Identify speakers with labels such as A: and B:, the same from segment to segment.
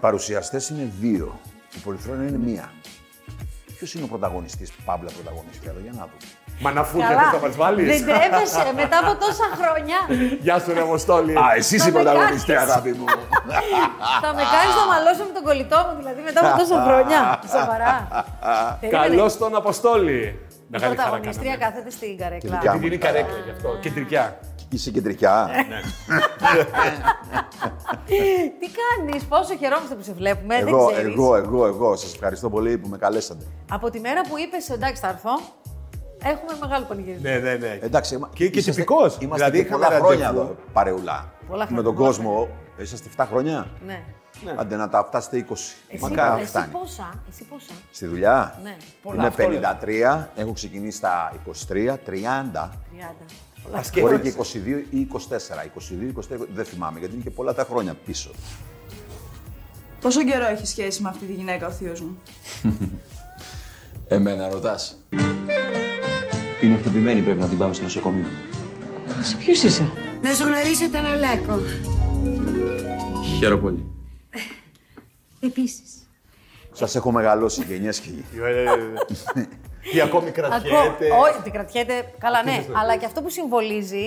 A: παρουσιαστές είναι δύο. Η πολυθρόνα είναι μία. Ποιος είναι ο πρωταγωνιστής, Παύλα πρωταγωνιστής, εδώ, για να δούμε.
B: Μαναφούτε,
C: Καλά.
B: δεν θα μας βάλεις.
C: Δεν τρέπεσαι μετά από τόσα χρόνια.
B: Γεια σου, ρε Αποστόλη.
A: Α, εσύ
C: Θα
A: είσαι
C: με
A: πρωταγωνιστή,
C: κάνεις.
A: αγάπη μου.
C: θα με κάνεις να μαλώσω με τον κολλητό μου, δηλαδή μετά από τόσα χρόνια. Σοβαρά. Ε,
B: Καλό
C: ναι.
B: στον Αποστόλη.
C: Η
B: Μεγάλη χαρά
C: πρωταγωνιστρία
B: κάναμε.
C: κάθεται στην καρέκλα.
A: δικιά
B: Επειδή είναι καρέκλα γι' αυτό. Κεντρικιά.
A: Είσαι κεντρικά.
C: Τι κάνεις, πόσο χαιρόμαστε που σε βλέπουμε, δεν
A: εγώ,
C: ξέρεις.
A: εγώ, εγώ, εγώ. Σας ευχαριστώ πολύ που με καλέσατε.
C: Από τη μέρα που είπες, εντάξει, θα έρθω, έχουμε μεγάλο πανηγύρισμα.
B: Ναι, ναι, ναι.
A: Εντάξει, είμα-
B: Και- και
A: είσαστε-
B: τυπικός.
A: Είμαστε
B: Δηλαδή,
A: και πολλά
B: είχαμε
A: χρόνια
B: ραντεβού.
A: εδώ, παρεουλά.
C: Πολλά
A: Με
C: χρόνια,
A: τον
C: πολλά
A: κόσμο, είσαστε 7 χρόνια.
C: Ναι.
A: Άντε να τα φτάσετε 20.
C: Εσύ,
A: Μακάρι να
C: εσύ
A: φτάνει.
C: πόσα, εσύ πόσα.
A: Στη δουλειά
C: Ναι.
B: Πολλά,
A: είμαι
B: αυτό
A: 53, έχω ξεκινήσει στα 23, 30,
C: 30.
B: Ας
A: μπορεί
B: σκέφτεσαι.
A: και 22 ή 24. 22, 24, δεν θυμάμαι γιατί είναι και πολλά τα χρόνια πίσω.
D: Πόσο καιρό έχει σχέση με αυτή τη γυναίκα ο θείος μου.
E: Εμένα ρωτάς.
F: Είναι χτυπημένη, πρέπει να την πάμε στο νοσοκομείο.
G: Ποιος είσαι?
H: Να σου γνωρίσω τον Αλέκο.
E: Χαίρομαι πολύ.
H: Ε, Επίσης.
A: Σας έχω μεγαλώσει γενιές και
B: Ε, ε, ε. Και ακόμη κρατιέται.
C: Ακό- Όχι, την κρατιέται. Καλά, ναι.
B: Κρατιέται.
C: Αλλά και αυτό που συμβολίζει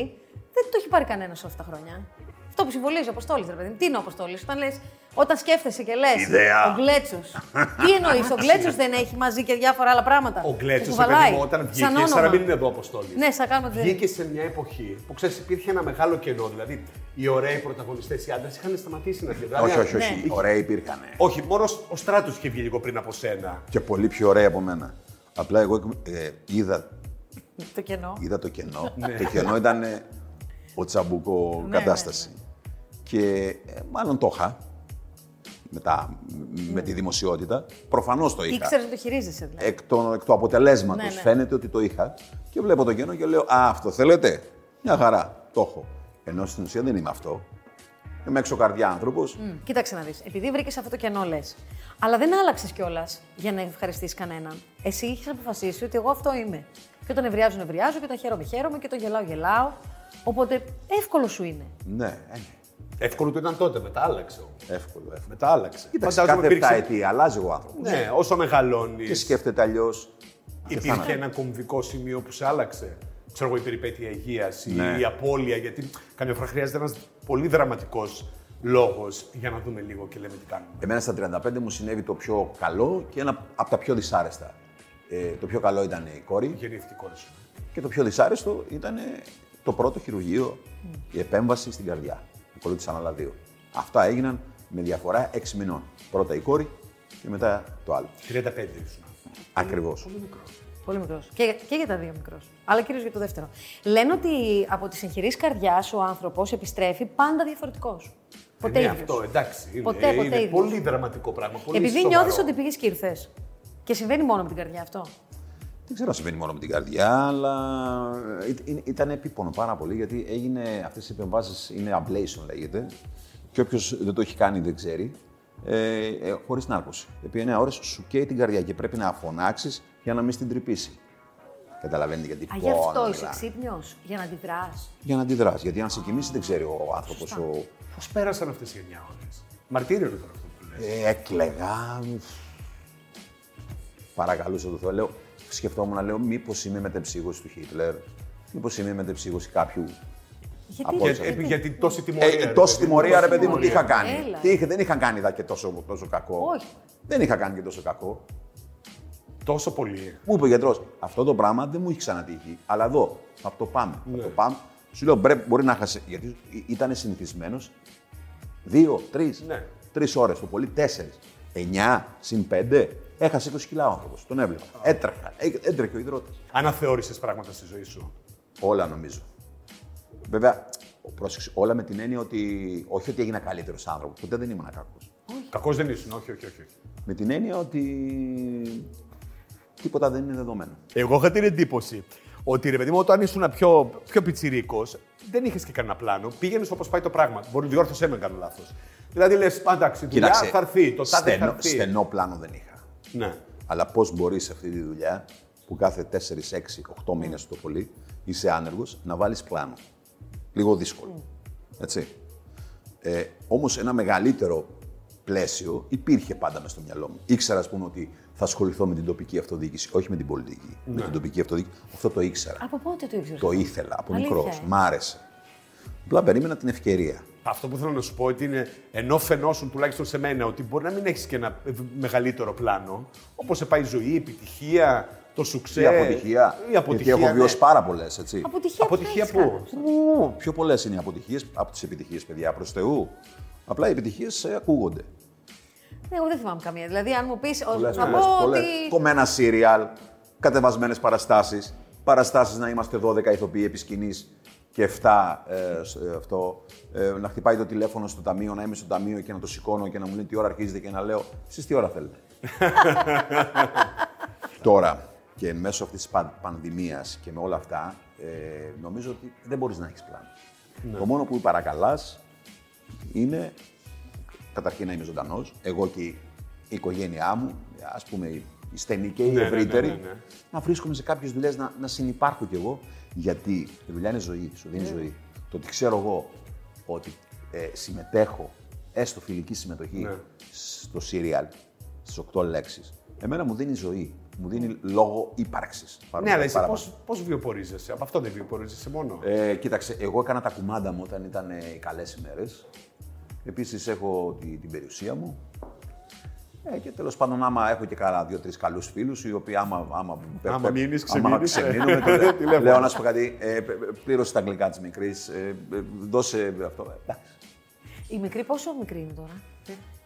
C: δεν το έχει πάρει κανένας όλα αυτά τα χρόνια. Αυτό που συμβολίζει ο Αποστόλης, ρε παιδί μου. Τι είναι ο Αποστόλης, όταν, λες, όταν σκέφτεσαι και λες.
A: Ιδέα.
C: Ο Γκλέτσο. Τι εννοείς, ο Γκλέτσο δεν έχει μαζί και διάφορα άλλα πράγματα.
B: Ο
C: που
B: Γκλέτσο,
C: κουβαλάει.
B: όταν βγήκε,
C: Σαν
B: σαν να
C: όνομα.
B: μην είναι εδώ Αποστόλης.
C: Ναι, σαν κάνουμε τη-
B: Βγήκε σε μια εποχή που ξέρεις, υπήρχε ένα μεγάλο κενό. Δηλαδή, οι ωραίοι πρωταγωνιστές, οι άντρες είχαν σταματήσει να βγαίνουν.
A: όχι,
B: Δηλαδή,
A: όχι, όχι.
C: Ναι.
A: Ωραία υπήρχανε.
B: Όχι, μόνο ο στράτος είχε βγει λίγο πριν από σένα.
A: Και πολύ πιο ωραία από μένα. Απλά εγώ ε, είδα,
C: Το κενό.
A: είδα το κενό. το κενό ήταν ε, ο τσαμπούκο
C: Ναι,
A: κατάσταση. Και ε, μάλλον το είχα με, τα-
C: Ναι.
A: με τη δημοσιότητα. Προφανώς το είχα.
C: Ήξερε να το χειρίζεσαι δηλαδή.
A: εκ, των, εκ του αποτελέσματος.
C: Ναι, ναι.
A: Φαίνεται ότι το είχα και βλέπω το κενό και λέω Α, αυτό θέλετε. Μια χαρά, το έχω. Ενώ στην ουσία δεν είμαι αυτό. Είμαι εξωκαρδιά άνθρωπος.
C: Μμ, Κοίταξε να δεις. Επειδή βρήκες αυτό το κενό, λες. Αλλά δεν άλλαξες κιόλας για να ευχαριστήσει κανέναν. Εσύ είχες αποφασίσει ότι εγώ αυτό είμαι. Και όταν ευριάζουν, ευριάζω, και όταν χαίρομαι, χαίρομαι, και όταν γελάω, γελάω. Οπότε εύκολο σου είναι.
A: Ναι, ε,
B: Εύκολο το ήταν τότε, μετά άλλαξε όμως.
A: εύκολο, εύκολο.
B: Μετά άλλαξε.
A: Κοίταξε,
B: Φαντάζομαι
A: κάθε 7
B: υπήρξε-
A: ετία αλλάζει ο άνθρωπος.
B: Ναι, όσο μεγαλώνεις.
A: Και σκέφτεται αλλιώς.
B: Υπήρχε ένα κομβικό σημείο που σε άλλαξε. Ξέρω εγώ, η περιπέτεια υγείας ή
A: Ναι.
B: η απώλεια. Γιατί καμιά φορά χρειάζεται ένας πολύ δραματικός λόγος για να δούμε λίγο και λέμε τι κάνουμε.
A: Εμένα στα 35 μου συνέβη το πιο καλό και ένα από τα πιο δυσάρεστα. Ε, το πιο καλό ήταν η κόρη
B: Γεννήθηκε η κόρη σου.
A: και το πιο δυσάρεστο ήταν ε, το πρώτο χειρουργείο, η επέμβαση στην καρδιά. Ακολούθησαν άλλα δύο. Αυτά έγιναν με διαφορά 6 μηνών. Πρώτα η κόρη και μετά το άλλο.
B: 35 ήσουν.
A: Ακριβώς.
C: Πολύ μικρός. Και, και για τα δύο μικρός. Αλλά κυρίως για το δεύτερο. Λένε ότι από τις εγχειρήσεις καρδιάς ο άνθρωπος επιστρέφει πάντα διαφορετικός. Ποτέ
B: Ε, ναι,
C: ίδιος.
B: αυτό, εντάξει. Είναι, Ε,
C: Ποτέ, ποτέ
B: είναι
C: ίδιος.
B: πολύ δραματικό πράγμα. Πολύ
C: Επειδή
B: σοβαρό.
C: νιώθει ότι πήγες και ήρθες. Και συμβαίνει μόνο με την καρδιά αυτό.
A: Δεν ξέρω αν συμβαίνει μόνο με την καρδιά, αλλά ή- ή- ήταν επίπονο πάρα πολύ γιατί έγινε αυτές οι επεμβάσεις είναι ablation λέγεται. Και όποιος δεν το έχει κάνει δεν ξέρει. Ε, ε, Χωρίς νάρκωση. Επί 9 ώρες σου καίει την καρδιά και πρέπει να φωνάξεις για να μην στην τρυπήσει. Καταλαβαίνετε γιατί
C: Α, γι'
B: Λοιπόν,
C: αυτό
A: πόνο
C: είσαι
A: μιλάμε.
C: ξύπνιος, για να αντιδράσει.
A: Για να αντιδράσει. Γιατί αν σε κοιμήσει δεν ξέρει ο άνθρωπος. Ο...
B: Πώς πέρασαν αυτές οι 9 ώρες. Μαρτύριο είναι τώρα αυτό που λες.
A: Ε, έκλαιγα. Παρακαλούσα το Θεό. Λέω, σκεφτόμουν, λέω, μήπως είμαι μετεψύγωση του Χίτλερ. Μήπως είμαι μετεψύγωση κάποιου.
C: Γιατί,
A: Από-
B: γιατί, γιατί τόση τιμωρία.
A: Ε,
B: ρε
A: τόση
B: παιδί μου,
A: τιμωρία, ρε
B: τόση
A: παιδί μου, τι
B: τιμωρία.
A: είχα κάνει.
C: Έλα.
A: Τι είχε, δεν είχα κάνει δα και τόσο, τόσο κακό.
C: Όχι.
A: Δεν είχα κάνει και τόσο κακό.
B: Τόσο πολύ.
A: Μου είπε ο γιατρός, αυτό το πράγμα δεν μου έχει ξανατύχει. Αλλά εδώ, θα το πάμε. Θα το πάμε. Σου λέω, «Μπρε, μπορεί να χάσει. Γιατί ήταν συνηθισμένος δύο, τρεις.
B: Ναι.
A: Τρεις ώρες το πολύ, τέσσερις. Εννιά συν πέντε. Έχασε 20 κιλά ο άνθρωπος. Τον έβλεπα. Έτρεχα. Έ- Έτρεχε ο υδρότη.
B: Αναθεώρησες πράγματα στη ζωή σου.
A: Όλα νομίζω. Βέβαια, ο- πρόσεξε, όλα με την έννοια ότι όχι ότι έγινα καλύτερος άνθρωπος. Ποτέ δεν ήμουν κακός.
B: Κακός δεν ήσουν, όχι, όχι, όχι.
A: Με την έννοια ότι τίποτα δεν είναι δεδομένο.
B: Εγώ είχα την εντύπωση ότι ρε παιδί μου, όταν ήσουν πιο, πιο πιτσιρίκος, δεν είχες και κανένα πλάνο. Πήγαινες όπως πάει το πράγμα. Μπορεί να διόρθωσέ με, αν κάνω λάθος. Δηλαδή λες, εντάξει, η δουλειά θα έρθει, το τάδε θα
A: στενό,
B: έρθει.
A: στενό πλάνο δεν είχα.
B: Ναι.
A: Αλλά πώς μπορείς σε αυτή τη δουλειά που κάθε 4, 6, 8 μήνες το πολύ είσαι άνεργος να βάλεις πλάνο.
B: Mm.
A: Λίγο δύσκολο. Έτσι. Ε, Όμως ένα μεγαλύτερο πλαίσιο υπήρχε πάντα μες στο μυαλό μου. Ήξερα, ας πούμε, ότι θα ασχοληθώ με την τοπική αυτοδιοίκηση, όχι με την πολιτική.
B: Ναι.
A: Με την τοπική αυτοδιοίκηση. Αυτό το ήξερα.
C: Από πότε το ήξερες.
A: Το ήθελα από
C: Αλήθεια,
A: μικρός.
C: ε.
A: Μ' άρεσε. Απλά περίμενα την ευκαιρία.
B: Αυτό που θέλω να σου πω ότι είναι ενώ φαινόσουν τουλάχιστον σε μένα ότι μπορεί να μην έχεις και ένα ε, μεγαλύτερο πλάνο, όπως σε πάει η ζωή, η επιτυχία, το σουξέ.
A: Η αποτυχία.
B: Η Ε, αποτυχία.
A: Γιατί έχω
B: ναι.
A: βιώσει πάρα πολλές, έτσι.
C: Αποτυχία,
B: Αποτυχία
C: ποια έχεις
B: πού.
A: Ου, Πιο πολλές είναι οι αποτυχίες από τις επιτυχίες, παιδιά, προς Θεού. Απλά οι επιτυχίες ακούγονται.
C: κάνει? Ναι, Εγώ δεν θυμάμαι καμία. Δηλαδή, αν μου πεις.
A: Πολλές,
C: Να
A: πολλές,
C: πω
A: πολλές.
C: ότι.
A: Κομμένα σύριαλ, κατεβασμένες παραστάσεις. Παραστάσεις να είμαστε 12 ηθοποιοί επί σκηνής και 7 ε, σ- ε, αυτό. Ε, να χτυπάει το τηλέφωνο στο ταμείο, να είμαι στο ταμείο και να το σηκώνω και να μου λένε τι ώρα αρχίζετε και να λέω εσείς τι ώρα θέλετε. Τώρα και εν μέσω αυτής της πανδημίας και με όλα αυτά, ε, νομίζω ότι δεν μπορείς να έχεις πλάνο.
C: Ναι.
A: Το μόνο που παρακαλάς είναι καταρχήν να είμαι ζωντανός, εγώ και η οικογένειά μου, ας πούμε η η στενή και η
B: Ναι, ναι,
A: ευρύτερη,
B: ναι, ναι, ναι.
A: να βρίσκομαι σε κάποιες δουλειές να, να συνεπάρχω κι εγώ. Γιατί η δουλειά είναι ζωή, σου δίνει ζωή. Το ότι ξέρω εγώ ότι ε, συμμετέχω, έστω φιλική συμμετοχή,
B: Ναι.
A: στο σύριαλ, στι 8 λέξεις, εμένα μου δίνει ζωή. Μου δίνει λόγο ύπαρξης.
B: Ναι, αλλά εσύ πώ βιοπορίζεσαι. Από αυτό δεν βιοπορίζεσαι μόνο.
A: Ε, κοίταξε, εγώ έκανα τα κουμάντα μου όταν ήταν ε, οι καλές ημέρες. Επίσης έχω τη- την περιουσία μου. Ε, και τέλος πάντων, άμα έχω και καλά δύο-τρει καλούς φίλους, οι οποίοι άμα. Άμα,
B: Άμα μείνεις,
A: Άμα
B: ξεμείνεις, ε.
A: ξεμείνουμε, του λέω-
B: Τηλέφωνο.
A: λέω να σου πω κάτι. Ε, π- π- πλήρωσε τα αγγλικά της μικρής. Ε, ε, δώσε αυτό. Ε, εντάξει.
C: Η μικρή, πόσο μικρή είναι τώρα.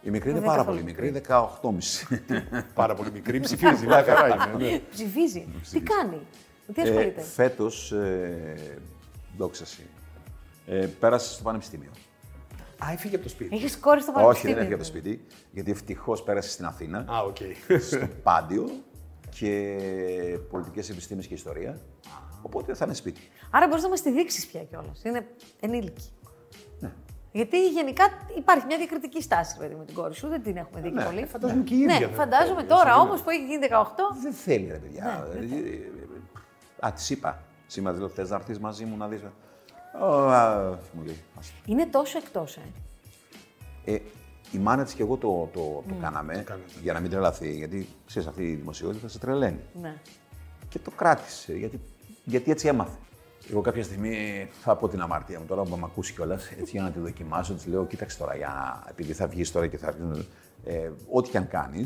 A: Η μικρή είναι
C: Δεν
A: πάρα
C: καθόλου
A: πολύ μικρή, 18,5.
B: Πάρα πολύ μικρή, ψηφίζει. μια χαρά είναι, ναι.
C: Ψηφίζει. Τι κάνει. Τι
A: ε,
C: ασχολείται.
A: Φέτος, ε, δόξα σοι, ε, πέρασε στο πανεπιστήμιο.
B: Α, έφυγε από το σπίτι.
C: Έχεις κόρη στο
A: Όχι,
C: πανεπιστήμιο.
A: δεν έφυγε από το σπίτι, γιατί ευτυχώς πέρασε στην Αθήνα.
B: Α, οκ.
A: στο Πάντιο και πολιτικές επιστήμες και ιστορία. Οπότε θα είναι σπίτι.
C: Άρα μπορείς να μας τη δείξεις πια κιόλας. Είναι ενήλικη. Γιατί γενικά υπάρχει μια διακριτική στάση παιδί, με την κόρη σου, δεν την έχουμε δει και
A: Ναι,
C: πολύ.
B: φαντάζομαι και η ίδια
C: Ναι,
B: δεν
C: φαντάζομαι
B: θέλει,
C: τώρα
B: έτσι,
C: όμως που έχει γίνει 18.
A: Δεν θέλει ρε παιδιά. Ε, Α, της είπα. Σήμερα τη λέω, θες να έρθεις μαζί μου να δεις. «Ω, α», Μου λέει. «Ας».
C: Είναι τόσο εκτός, ε.
A: Ε, η μάνα της και εγώ το, το, Ναι. το κάναμε για να μην τρελαθεί. Γιατί ξέρεις, αυτή η δημοσιότητα σε τρελαίνει.
C: Ναι.
A: Και το κράτησε, γιατί, γιατί έτσι έμαθε. Εγώ κάποια στιγμή θα πω την αμαρτία μου τώρα, που με ακούσει κιόλας, έτσι για να τη δοκιμάσω. Της λέω: Κοίταξε τώρα, για... να- επειδή θα βγεις τώρα και θα αρχίσουν. Ε, ό,τι και αν κάνεις,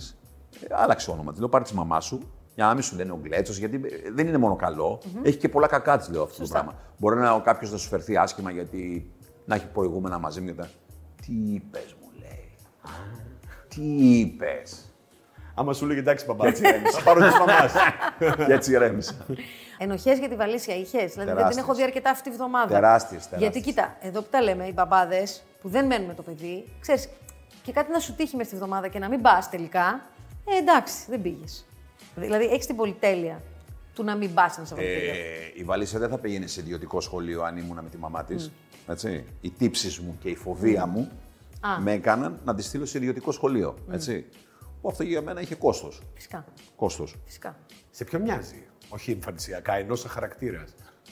A: ε, άλλαξε όνομα. Της λέω: Πάρε τη μαμά σου, για να μην σου λένε ο Γκλέτσος, γιατί ε, δεν είναι μόνο καλό. Έχει και πολλά κακά της, λέω αυτό το πράγμα. Μπορεί να κάποιος να σου φερθεί άσχημα γιατί να έχει προηγούμενα μαζί μου και τα. Τι είπες, μου λέει. Τι είπες.
B: Άμα σου λέει εντάξει, μπαμπά, θα πάρω τη μαμάς.
A: και έτσι ηρέμησα.
C: Ενοχές για τη Βαλίσια είχες. Δηλαδή δεν την
A: Τεράστιες.
C: έχω δει αρκετά αυτή τη βδομάδα.
A: Τεράστιες, τεράστιες.
C: Γιατί κοίτα, εδώ που τα λέμε, οι μπαμπάδες που δεν μένουν με το παιδί, ξέρεις, και κάτι να σου τύχει μες στη βδομάδα και να μην πας τελικά. Ε, εντάξει, δεν πήγες. Δηλαδή έχεις την πολυτέλεια του να μην πας ένα Σαββατοκύριακο.
A: Ε, η Βαλίσσα δεν θα πήγαινε σε ιδιωτικό σχολείο αν ήμουν με τη μαμά της. Έτσι. Οι τύψεις μου και η φοβία μου
C: Α.
A: με έκαναν να τη στείλω σε ιδιωτικό σχολείο. Έτσι. Που αυτό για μένα είχε κόστος.
C: Φυσικά.
A: Κόστος.
C: Φυσικά.
B: Σε ποιον μοιάζει. Όχι εμφανισιακά, ενώ σαν χαρακτήρας.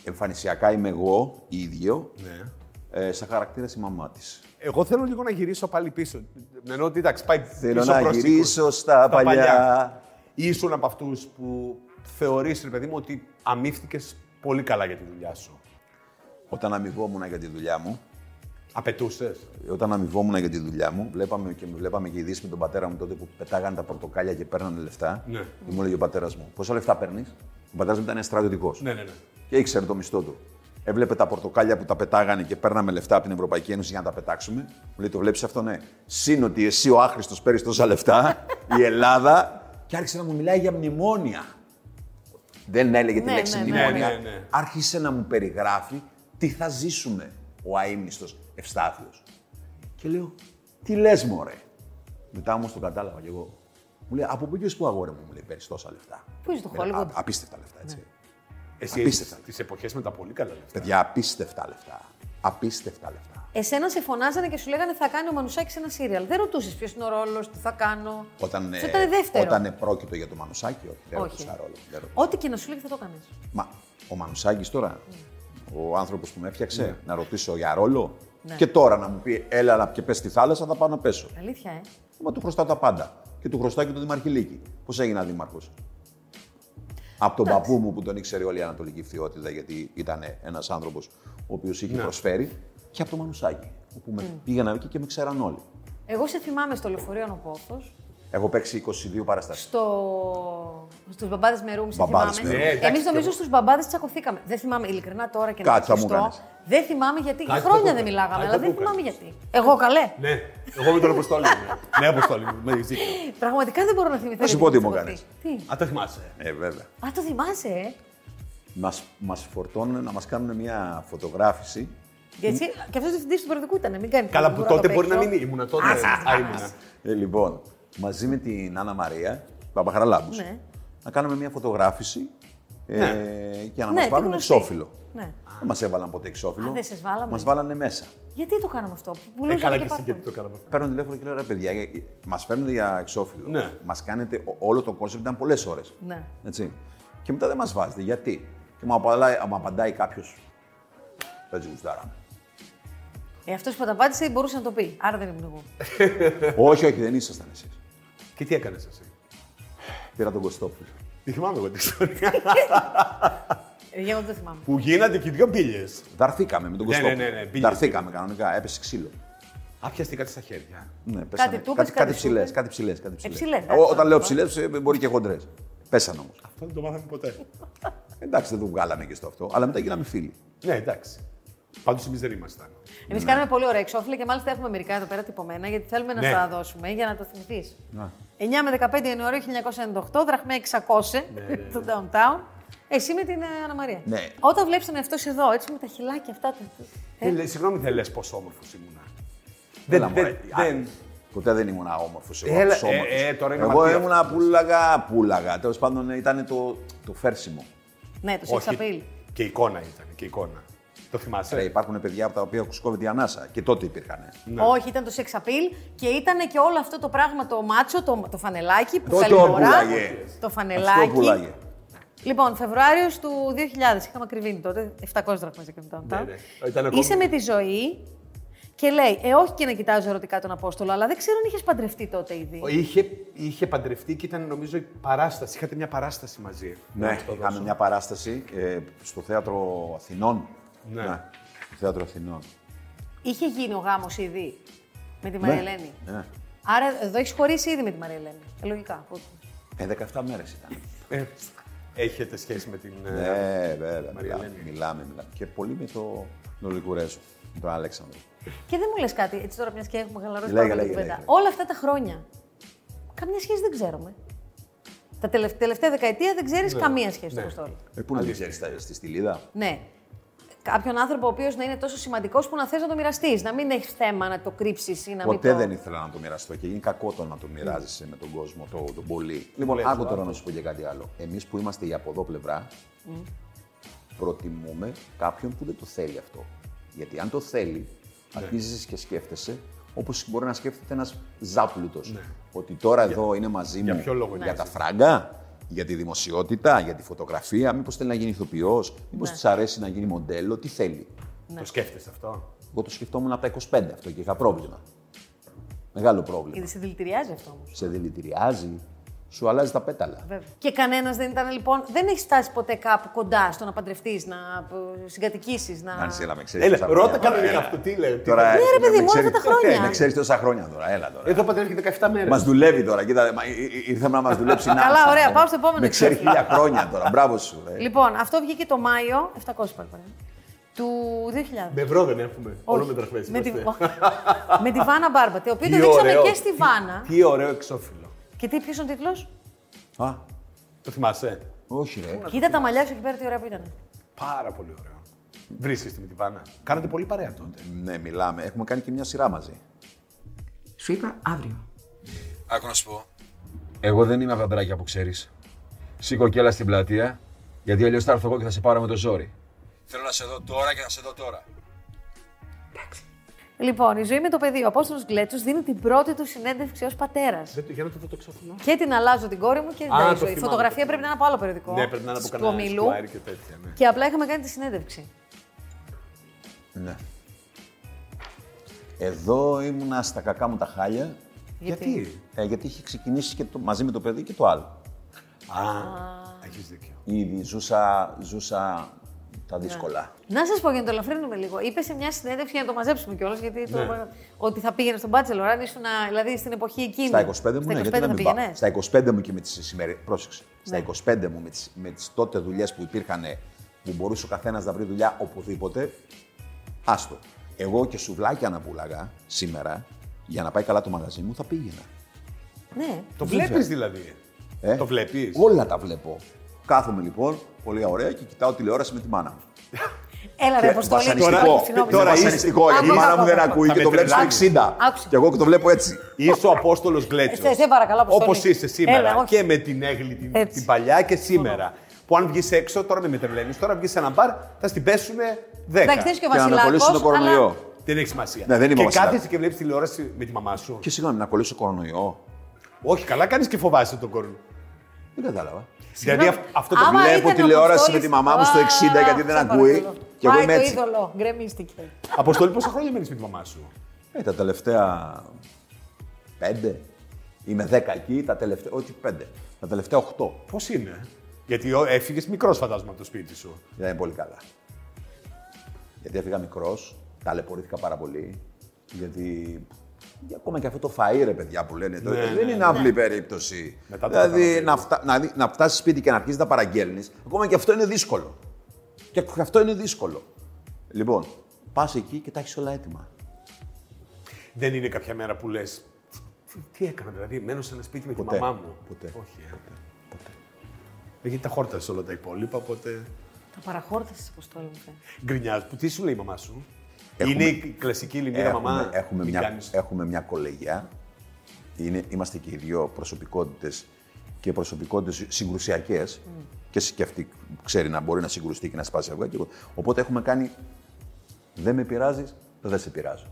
A: Εμφανισιακά είμαι εγώ ίδιο,
B: Ναι.
A: ε, σαν χαρακτήρα η μαμά της.
B: Εγώ θέλω λίγο να γυρίσω πάλι πίσω. Ενώ ότι εντάξει, πάει
A: Θέλω
B: πίσω
A: να
B: προς
A: γυρίσω
B: 20,
A: στα παλιά.
B: Ήσουν από αυτούς που θεωρείς, ρε παιδί μου, ότι αμύφθηκες πολύ καλά για τη δουλειά σου.
A: Όταν αμοιβόμουν για τη δουλειά μου,
B: Απαιτούσες.
A: όταν αμοιβόμουν για τη δουλειά μου, βλέπαμε και, βλέπαμε και ειδήσεις με τον πατέρα μου τότε που πετάγανε τα πορτοκάλια και παίρνανε λεφτά.
B: Ναι.
A: Και μου έλεγε ο πατέρας μου, Πόσα λεφτά παίρνεις. Ο πατέρας μου ήταν στρατιωτικός.
B: Ναι, ναι, ναι.
A: και ήξερε το μισθό του. Έβλεπε τα πορτοκάλια που τα πετάγανε και παίρναμε λεφτά από την Ευρωπαϊκή Ένωση για να τα πετάξουμε. Μου λέει: Το βλέπεις αυτό, ναι. Συν ότι εσύ ο άχρηστος παίρνεις τόσα λεφτά, η Ελλάδα. Και άρχισε να μου μιλάει για μνημόνια. Δεν έλεγε τη
C: Ναι,
A: λέξη
C: ναι, ναι,
A: μνημόνια.
B: ναι, ναι.
A: Άρχισε να μου περιγράφει τι θα ζήσουμε ο αείμνηστος Ευστάθιος. Και λέω: Τι λες, Μωρέ. Μετά όμως το κατάλαβα κι εγώ. Μου λέει: Από πού και ως πού αγόρι μου, μου λέει: Παίρνεις τόσα λεφτά.
C: Πού είσαι στο
A: Μιλά-
C: Hollywood?
A: α- Απίστευτα λεφτά, έτσι.
B: Εσύ
A: Απίστευτα.
B: τις εποχές με τα πολύ καλά λεφτά.
A: Παιδιά, απίστευτα λεφτά. Απίστευτα λεφτά.
C: Εσένα σε φωνάζανε και σου λέγανε θα κάνει ο Μανουσάκης ένα σύριαλ. Δεν ρωτούσες ποιος είναι ο ρόλος, τι θα κάνω.
A: Όταν,
C: Σου
A: ε,
C: ήταν δεύτερο.
A: όταν επρόκειτο για το Μανουσάκι, όχι, δεν
C: Όχι.
A: ρωτούσα ρόλο. δεν ρωτούσα.
C: Ό,τι και να σου λέγει θα το κάνεις. Ναι.
A: Μα ο Μανουσάκης τώρα, ο άνθρωπος που με έφτιαξε, να ρωτήσω για ρόλο, Και τώρα να μου πει, έλα να- και πες στη θάλασσα, θα πάω να πέσω.
C: Αλήθεια, ε.
A: Μα του χρωστάω τα πάντα. Και του χρωστάω και το Δημαρχηλίκη. Πώ έγινα δήμαρχος. Από τον παππού μου που τον ήξερε όλη η Ανατολική Φθιότητα, γιατί ήταν ένας άνθρωπος ο οποίος είχε προσφέρει. Και από τον Μανουσάκη, όπου με
C: Mm.
A: πήγαινα εκεί και με ξέραν όλοι.
C: Εγώ σε θυμάμαι στο λεωφορείο Νοπόθο,
A: Έχω παίξει 22 παραστάσεις.
C: στο... στους μπαμπάδες με ρούμ, σε
A: Μπαμπάδες
C: θυμάμαι.
A: με ρούμ.
B: Ναι, εντάξει,
C: Εμείς
B: και
C: νομίζω
B: εγώ.
C: στους μπαμπάδες τσακωθήκαμε. Δεν θυμάμαι, ειλικρινά τώρα και
A: Κάτι θα
C: να
A: μου
C: πιστώ.
A: κάνεις.
C: Δεν θυμάμαι γιατί.
B: Κάτι θα
C: χρόνια
B: μου
C: δεν
B: κάνεις.
C: μιλάγαμε,
B: Κάτι
C: αλλά
B: θα
C: δεν
B: μου
C: θυμάμαι
B: κάνεις.
C: γιατί. Εγώ καλέ.
B: Ναι, εγώ με τον Αποστόλη. είμαι. ναι, Αποστόλη, μου, με έχεις δίκιο.
C: Πραγματικά δεν μπορώ να θυμηθώ.
A: Θα σου
C: γιατί
A: πω τι
C: είχα
A: μου
C: τσακωθεί. Τι.
B: Α, το θυμάσαι.
A: Ε, βέβαια.
C: Α, το θυμάσαι, ε.
A: Μας, μας φορτώνουν να μας κάνουν μια φωτογράφηση.
C: Και, εσύ, και αυτός ο διευθυντής του περιοδικού ήταν. Μην κάνει
B: Καλά,
C: δεν
B: που
C: μπορώ
B: τότε
C: το
B: μπορεί να
C: παίξω.
B: μην ήμουν. Τότε. Α, ήμουνα.
A: Ε, λοιπόν, μαζί με την Άννα Μαρία, Παπαχαραλάμπους,
C: Ναι.
A: να κάνουμε μια φωτογράφηση ε, και να
C: Ναι,
A: μας
C: τη
A: βάλουν
C: γνωστή.
A: εξώφυλλο.
C: Ναι.
A: Δεν μας έβαλαν ποτέ εξώφυλλο.
C: Α, δεν σας βάλαμε.
A: Μας βάλανε μέσα.
C: Γιατί το κάναμε αυτό, που
B: Ε,
C: πουλούσαμε
B: καλά και
C: και
B: εσύ
C: πάρκο.
B: γιατί το κάναμε. αυτό.
A: Παίρνω τηλέφωνο και λέω ρε παιδιά, ε, μας παίρνετε για εξώφυλλο.
B: Ναι.
A: Μας κάνετε ο- όλο το κόνσεπτ ήταν πολλές ώρες.
C: Ναι.
A: Έτσι. Και μετά δεν μας βάζετε. Γιατί. Και μου απαντάει, μου απαντάει κάποιος. Δεν τη γουστάραμε.
C: Ε, αυτός που τα απάντησε μπορούσε να το πει. Άρα δεν ήμουν εγώ.
A: όχι, όχι, δεν ήσασταν εσείς.
B: Και τι έκανες εσύ.
A: Πήρα τον Κωστόπουλο.
B: Τι θυμάμαι εγώ την ιστορία.
C: Ε, Για εγώ δεν το θυμάμαι.
B: Που γίνατε και δύο μπύλε.
A: Δαρθήκαμε με τον
B: Ναι, ναι,
A: Κωστόπουλο.
B: ναι, ναι, πήγε,
A: Δαρθήκαμε κανονικά, έπεσε ξύλο.
B: Άπιαστηκατε στα χέρια.
A: Ναι, πέσανε.
C: του είπες,
A: κάτι,
C: κάτι
A: κάτι
C: σου
A: ψηλές.
C: είπες.
A: Κάτι ψηλές, κάτι
C: Ε,
A: ψηλές.
C: ψηλές,
A: Ό,
C: εντάξει,
A: όταν
C: να
A: λέω
C: το
A: ψηλέ, μπορεί και χοντρές. Πέσανε όμως.
B: Αυτό δεν το μάθαμε ποτέ.
A: Εντάξει, δεν το βγάλαμε και στο αυτό, αλλά μετά γίναμε φίλοι.
B: ναι, εντάξει. Πάντως εμείς δεν ήμασταν.
C: Εμείς
A: Ναι.
C: κάναμε πολύ ωραία εξώφυλλα και μάλιστα έχουμε μερικά εδώ πέρα τυπωμένα γιατί θέλουμε να
B: Ναι.
C: στα δώσουμε για να το θυμηθείς.
A: Ναι.
C: 9 με 15 Ιανουαρίου 1998, δραχμέ 600 του downtown. Εσύ με την ε, Άννα Μαρία.
A: Ναι.
C: Όταν βλέπεις τον εαυτό σου εδώ, έτσι με τα χυλάκια αυτά. Τα...
B: Ε, λες, συγγνώμη, δεν λες πόσο όμορφος ήμουνα.
A: Έλα,
B: Δεν. δεν,
A: μωρέ.
B: δεν
A: Ποτέ δεν ήμουν όμορφος. Εγώ,
B: Έλα,
A: Έλα,
B: ε, ε, τώρα είναι
A: εγώ
B: μαρτύρας.
A: ήμουνα πουλαγα, πουλαγα. Τέλος πάντων ήταν το, το φέρσιμο.
C: Ναι, το sex appeal.
B: Και εικόνα ήταν. Και εικόνα. Το θυμάσαι.
A: Ε, υπάρχουν παιδιά από τα οποία κουσκόβεται η ανάσα και τότε υπήρχαν.
C: Όχι, ήταν το sex appeal και ήταν και όλο αυτό το πράγμα το μάτσο, το, το φανελάκι που
A: Το-
C: καλή
A: το
C: φορά.
A: πουλάγε.
C: Το
A: Αυτό
C: φανελάκι.
A: πουλάγε.
C: Λοιπόν, Φεβρουάριος του 2000, είχαμε ακριβήνει τότε, 700 δραχμές για κινητό.
B: Ναι, ναι. Ήταν ακόμη-
C: Είσαι με τη ζωή και λέει, ε όχι και να κοιτάζω ερωτικά τον Απόστολο, αλλά δεν ξέρω αν είχες παντρευτεί τότε ήδη.
B: Είχε, είχε παντρευτεί και ήταν νομίζω η παράσταση. Είχατε μια παράσταση μαζί. Να
A: Ναι,
B: σας το
A: είχαμε
B: δώσω.
A: μια παράσταση ε, στο θέατρο Αθηνών.
B: Ναι.
A: στο θέατρο Αθηνών.
C: Είχε γίνει ο γάμος ήδη με τη Μαρία Ελένη.
A: Ναι.
C: Άρα εδώ έχεις χωρίσει ήδη με τη Μαρία Ελένη. Ε, λογικά. Πού-
A: Ε, 17 μέρες ήταν.
B: Ε, έχετε σχέση με την. ε,
A: ναι, βέβαια.
B: Μαρία
A: Μιλάμε,
B: Ελένη.
A: μιλάμε, μιλάμε. Και πολύ με το Νολικουρέσο, με τον Αλέξανδρο.
C: Και δεν μου λες κάτι, έτσι τώρα μιας και έχουμε χαλαρώσει
A: Λέγε,
C: πάρα πολύ
A: λέγε,
C: κουβέντα.
A: λέγε.
C: Όλα αυτά τα χρόνια, καμιά σχέση δεν ξέρουμε. Τα τελευ- τελευταία δεκαετία δεν ξέρεις καμία σχέση
B: Ναι.
C: ναι. Αποστόλη.
A: Ε, πού να την ξέρεις, στα- στη στυλίδα.
C: Ναι. Κάποιον άνθρωπο ο οποίος να είναι τόσο σημαντικός που να θες να το μοιραστείς. Να μην έχεις θέμα να το κρύψεις ή να μην.
A: Ποτέ
C: το...
A: δεν ήθελα να το μοιραστώ και είναι κακό το να το μοιράζεσαι με τον κόσμο, το, τον πολύ. Λοιπόν, άκου τώρα να σου πω και κάτι άλλο. Εμείς που είμαστε η από εδώ πλευρά, προτιμούμε κάποιον που δεν το θέλει αυτό. Γιατί αν το θέλει, αρχίζεις και σκέφτεσαι όπως μπορεί να σκέφτεται ένας ζάπλουτος. Ότι τώρα εδώ είναι μαζί μου
B: ποιο λόγο είναι
A: για
B: έτσι.
A: τα φράγκα, για τη δημοσιότητα, για τη φωτογραφία. Μήπως θέλει να γίνει ηθοποιός, μήπως
C: Ναι.
A: της αρέσει να γίνει μοντέλο, τι θέλει.
B: Το σκέφτεσαι αυτό.
A: Εγώ το σκεφτόμουν από τα 25 αυτό και είχα πρόβλημα. Μεγάλο πρόβλημα.
C: Γιατί σε δηλητηριάζει αυτό όμως.
A: Σε δηλητηριάζει, σου αλλάζει τα πέταλα.
C: Και κανένας δεν ήταν λοιπόν. Δεν έχεις φτάσει ποτέ κάπου κοντά στο να παντρευτείς, να συγκατοικήσεις. Να...
A: Αν είσαι, έλα, με ξέρεις
B: Έλα,
A: τόσα
B: ρώτα
A: χρόνια τώρα,
B: κανονικά
A: έλα.
B: αυτό. Τι λέει. τι-
A: Τώρα,
C: Ναι, ρε, παιδί
A: με
C: μου, όλα
A: ξέρεις-
C: αυτά τα χρόνια.
A: Με ξέρεις τόσα χρόνια τώρα, έλα τώρα.
B: Εδώ παντρεύτηκε 17 μέρες.
A: Μας δουλεύει τώρα, κοίτα, μα, ή- ή- ήρθαμε να μας δουλέψει να.
C: Καλά, ωραία, πάω στο επόμενο
A: Με ξέρει
C: εξώφυλλο.
A: χίλια χρόνια τώρα, μπράβο σου. ρε.
C: Λοιπόν, αυτό βγήκε το Μάιο. 700 πάλι παρακαλώ, Του 2000.
B: Με ευρώ δεν έχουμε. Όλο
C: Όχι.
B: με δραχμές
C: Με τη,
B: είμαστε.
C: όχι. με τη Βάνα Μπάρμπα, την οποία
B: Τι
C: το δείξαμε
B: ωραίο.
C: και στη
B: Τι-
C: Βάνα.
B: Τι ωραίο εξώφυλλο.
C: Και τι, ποιος είναι ο τίτλος.
A: Α,
B: Το θυμάσαι.
A: όχι, ρε.
C: Κοίτα τα μαλλιά σου εκεί πέρα, τι ωραία που ήταν.
B: Πάρα πολύ ωραίο. Βρίσκεστε με τη Βάνα. Κάνατε πολύ παρέα τότε.
A: Ναι, μιλάμε. Έχουμε κάνει και μια σειρά μαζί.
G: Σου είπα αύριο.
F: Άκου να σου πω. Εγώ δεν είμαι από τα ντράκια που ξέρεις. Σήκω και έλα στην πλατεία, γιατί αλλιώς θα έρθω εγώ και θα σε πάρω με το ζόρι. Θέλω να σε δω τώρα και θα σε δω τώρα.
C: Λοιπόν, η ζωή με το παιδί. Ο Απόστολος Γκλέτσο δίνει την πρώτη του συνέντευξη ως πατέρας.
B: Δεν το- Για να το δω το εξώφυλλο.
C: Και την αλλάζω την κόρη μου και
B: το
C: δεν η ζωή.
B: θυμάμαι,
C: Η
B: το
C: φωτογραφία
B: θυμάμαι.
C: πρέπει να είναι από άλλο περιοδικό.
B: Ναι, πρέπει να είναι από
C: του
B: κανένα
C: Ομίλου.
B: Esquire και τέτοια. Ναι.
C: Και απλά είχαμε κάνει τη συνέντευξη.
A: Ναι. Εδώ ήμουνα στα κακά μου τα χάλια.
C: Γιατί?
A: Ε, γιατί είχε ξεκινήσει και το, μαζί με το παιδί και το άλλο.
B: Έχεις δίκιο.
A: Ήδη ζούσα, ζούσα τα δύσκολα.
C: Να σας πω για να το ελαφρύνουμε λίγο. Είπε σε μια συνέντευξη για να το μαζέψουμε κιόλας. Γιατί
A: Ναι.
C: το... Ότι θα πήγαινε στον Bachelor, αν ήσουν δηλαδή στην εποχή εκείνη.
A: Στα 25 μου, ναι, γιατί
C: θα
A: να μην πάω.
C: πήγαινε.
A: Στα 25 μου και με τις σημερι... Πρόσεξε.
C: Ναι.
A: Στα 25 μου με τις, με τις τότε δουλειές που υπήρχαν, που μπορούσε ο καθένας να βρει δουλειά οπουδήποτε, άστο. Εγώ και σουβλάκια να πουλάγα σήμερα, για να πάει καλά το μαγαζί μου, θα πήγαινα.
C: Ναι.
B: Το βλέπεις δηλαδή.
A: Ε.
B: Το βλέπεις.
A: Όλα τα βλέπω. Κάθομαι λοιπόν, πολύ ωραία, και κοιτάω τηλεόραση με τη μάνα μου.
C: Έλα ρε, Αποστολή.
A: βασανιστικό.
C: συγγνώμη, συγγνώμη.
A: Τώρα
B: Τώρα είστε-
A: βασανιστικό. γιατί Η
C: Άκουσα,
A: μάνα μου δεν
C: άκουσα.
A: ακούει
B: Θα
A: και
B: με
A: το βλέπει στο
B: τρελάνεις.
A: 60.
C: Άκουσα.
A: Και εγώ και το βλέπω έτσι.
B: Είσαι ο Απόστολος Γκλέτσο.
C: Ε, σε παρακαλώ, Αποστόλη.
B: Όπως είσαι σήμερα
C: Έλα, όχι.
B: και με την έγκλη την,
C: Έτσι.
B: την παλιά και σήμερα. Που αν βγεις έξω, τώρα με μετρελαίνεις, τώρα βγεις σε ένα μπαρ, θα στην πέσουν 10.
C: Εντάξει, δεν είσαι και ο
A: Και να
C: Βασιλάκος,
A: ανακολλήσω τον κορονοϊό.
C: αλλά-
B: Δεν έχει σημασία.
A: Ναι, δεν είμαι
B: και
A: ο Βασιλάκης.
B: κάθεσαι και βλέπεις τηλεόραση με τη μαμά σου.
A: Και συγγνώμη, να κολλήσω κορονοϊό.
B: Όχι, καλά κάνεις και φοβάσαι τον κορμό.
A: Δεν κατάλαβα.
B: Δηλαδή αυ- αυτό το
C: Άμα
B: βλέπει.
A: βλέπω
C: ήταν ο
A: τηλεόραση
C: Αποστόλης-
A: με τη μαμά μου στο 60
C: Α,
A: γιατί δεν
C: σε
A: ακούει.
C: παρακαλώ.
A: Και εγώ
C: Πάει
A: είμαι
C: το
A: έτσι.
C: είδωλο, γκρεμίστηκε.
B: Αποστολή, πόσα χρόνια μένεις με τη μαμά σου.
A: Ε, τα τελευταία πέντε. Είμαι δέκα εκεί, τα τελευταία. Όχι πέντε. Τα τελευταία οχτώ.
B: Πώς είναι. Γιατί έφυγες μικρός, φαντάζομαι, από το σπίτι σου.
A: Δεν είναι πολύ καλά. Γιατί έφυγα μικρός, ταλαιπωρήθηκα πάρα πολύ. Γιατί και ακόμα και αυτό το φαΐ, ρε παιδιά που λένε τώρα, δεν είναι απλή περίπτωση.
B: Ναι, Μετά το
A: δηλαδή
B: καταλαβαίνεις.
A: να, φτα... να, δι- να φτάσεις σπίτι και να αρχίσεις να παραγγέλνεις, ακόμα και αυτό είναι δύσκολο. Και αυτό είναι δύσκολο. Λοιπόν, πας εκεί και τα έχεις όλα έτοιμα.
B: Δεν είναι κάποια μέρα που λες. Τι έκανα, δηλαδή, μένω σε ένα σπίτι με τη
A: Ποτέ.
B: μαμά μου.
A: Ποτέ.
B: Όχι, ε. ποτέ. Γιατί τα χόρτασες όλα τα υπόλοιπα, οπότε.
C: Τα παραχώρτασε, Αποστόλη μου. φαίνεται.
B: Γκρινιάζεις. Που τι σου λέει η μαμά σου.
A: Έχουμε-
B: Είναι η κλασική ελληνική
A: Έχουμε,
B: μαμά.
A: έχουμε,
B: «Μην
A: μια,
B: κάνεις».
A: έχουμε μια κολεγιά. Είναι, είμαστε και οι δύο προσωπικότητες και προσωπικότητες συγκρουσιακές
B: Mm.
A: και, σ- και αυτή ξέρει να μπορεί να συγκρουστεί και να σπάσει αυγά. Και εγώ. Οπότε έχουμε κάνει δεν με πειράζεις, δεν σε πειράζω.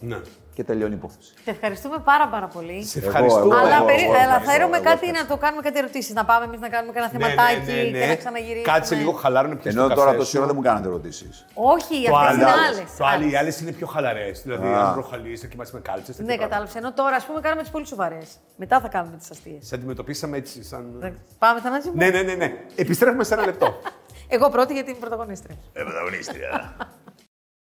B: Ναι.
A: Και τελειώνει η υπόθεση.
C: Σε ευχαριστούμε πάρα πάρα πολύ.
B: Σε ευχαριστούμε. Ναι,
A: εγώ,
C: Αλλά
A: εγώ,
C: περί-
A: εγώ,
C: αλλά
A: ευχαριστώ,
C: θα έρουμε
A: εγώ
C: κάτι να
A: ευχαριστώ.
C: το κάνουμε κάτι ερωτήσεις. Να πάμε εμείς να κάνουμε κανένα θεματάκι και να ξαναγυρίσουμε.
B: Κάτσε λίγο χαλάρωνε πιο
A: Ενώ τώρα τόση ώρα δεν μου κάνατε ερωτήσεις.
C: Όχι,
B: το
C: αυτές
B: άλλο,
C: είναι άλλες.
B: το άλλο, οι άλλες είναι πιο χαλαρές. Δηλαδή, αν προχαλίσει, κοιμάσαι με κάλτσες.
C: Ναι, κατάλαβες. Ενώ τώρα ας πούμε κάνουμε τις πολύ σοβαρές. Μετά θα κάνουμε τις αστείες.
B: Σε αντιμετωπίσαμε έτσι, σαν.
C: Πάμε, Θανάση μου.
B: Ναι, ναι, ναι, ναι. Επιστρέφουμε ναι. σε ένα λεπτό.
C: Εγώ πρώτη γιατί είμαι πρωταγωνίστρια.
A: Πρωταγωνίστρια.